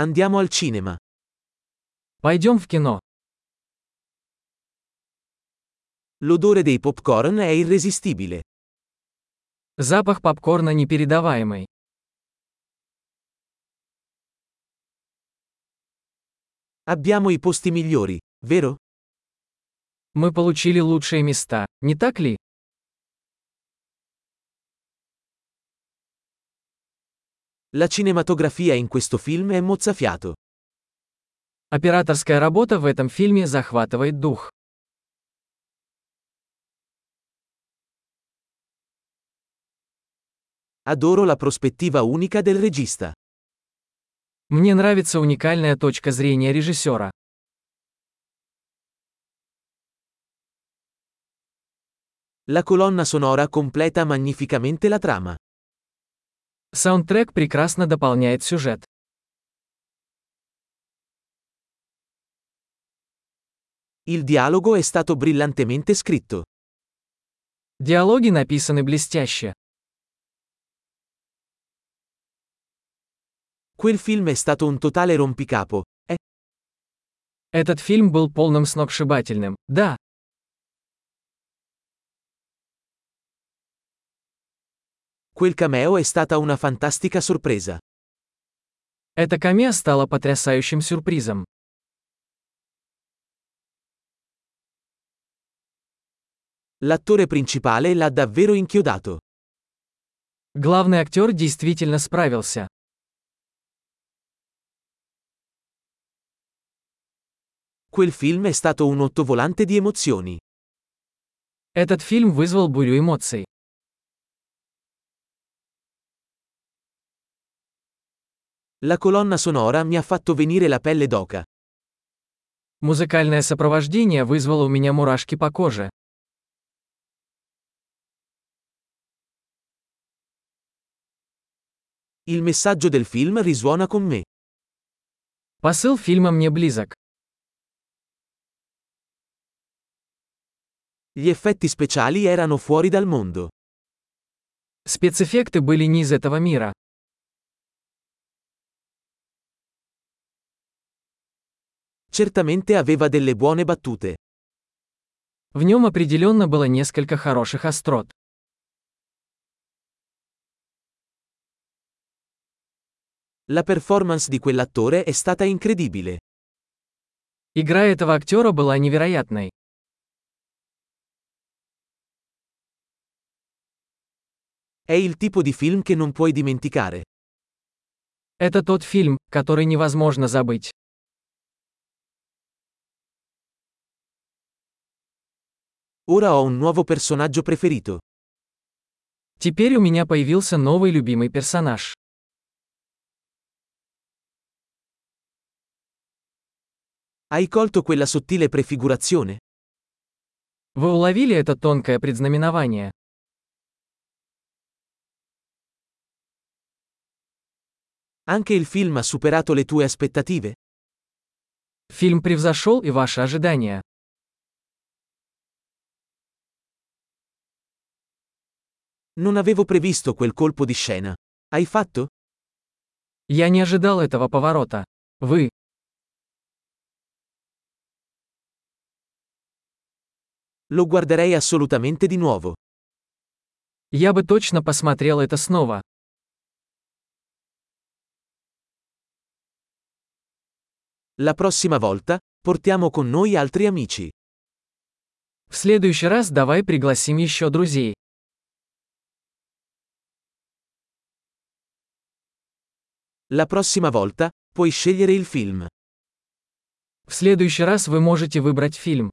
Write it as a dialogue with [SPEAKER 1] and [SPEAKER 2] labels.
[SPEAKER 1] Andiamo al cinema.
[SPEAKER 2] Пойдем в кино.
[SPEAKER 1] L'odore dei popcorn è irresistibile.
[SPEAKER 2] Запах попкорна непередаваемый.
[SPEAKER 1] Abbiamo i posti migliori, vero?
[SPEAKER 2] Мы получили лучшие места, не так ли?
[SPEAKER 1] La cinematografia in questo film è mozzafiato.
[SPEAKER 2] Операторская работа в этом фильме захватывает дух.
[SPEAKER 1] Adoro la prospettiva unica del regista.
[SPEAKER 2] Мне нравится уникальная точка зрения режиссера.
[SPEAKER 1] La colonna sonora completa magnificamente la trama.
[SPEAKER 2] Саундтрек прекрасно дополняет сюжет.
[SPEAKER 1] Il dialogo è stato brillantemente scritto.
[SPEAKER 2] Диалоги написаны блестяще.
[SPEAKER 1] Quel film è stato un totale rompicapo, eh?
[SPEAKER 2] Этот фильм был полным сногсшибательным. Да,
[SPEAKER 1] Quel cameo è stata una fantastica sorpresa.
[SPEAKER 2] это камео стало потрясающим сюрпризом.
[SPEAKER 1] L'attore principale l'ha davvero inchiodato.
[SPEAKER 2] Главный актер действительно справился.
[SPEAKER 1] Quel film è stato un ottovolante di emozioni.
[SPEAKER 2] Этот фильм вызвал бурю эмоций.
[SPEAKER 1] La colonna sonora mi ha fatto venire la pelle d'oca.
[SPEAKER 2] Музыкальное сопровождение вызвало у меня мурашки по коже.
[SPEAKER 1] Il messaggio del film risuona con me.
[SPEAKER 2] Посыл фильма мне близок.
[SPEAKER 1] Gli effetti speciali erano fuori dal mondo.
[SPEAKER 2] Спецэффекты были не из этого мира.
[SPEAKER 1] Certamente aveva delle buone battute.
[SPEAKER 2] В нем определенно было несколько хороших острот.
[SPEAKER 1] La performance di quell'attore è stata incredibile.
[SPEAKER 2] Игра этого актера была невероятной.
[SPEAKER 1] È il tipo di film che non puoi dimenticare.
[SPEAKER 2] Это тот фильм, который невозможно забыть.
[SPEAKER 1] Ora ho un nuovo personaggio preferito.
[SPEAKER 2] Теперь у меня появился новый любимый персонаж.
[SPEAKER 1] Hai colto quella sottile prefigurazione?
[SPEAKER 2] Вы уловили это тонкое предзнаменование.
[SPEAKER 1] Anche il film ha superato le tue aspettative?
[SPEAKER 2] Фильм превзошел и ваши ожидания.
[SPEAKER 1] Non avevo previsto quel colpo di scena. Hai fatto?
[SPEAKER 2] Я не ожидал этого поворота. Вы.
[SPEAKER 1] Lo guarderei assolutamente di nuovo.
[SPEAKER 2] Я бы точно посмотрел это снова.
[SPEAKER 1] La prossima volta, portiamo con noi altri amici.
[SPEAKER 2] В следующий раз давай пригласим еще друзей.
[SPEAKER 1] La prossima volta, puoi scegliere il film.
[SPEAKER 2] В следующий раз вы можете выбрать фильм.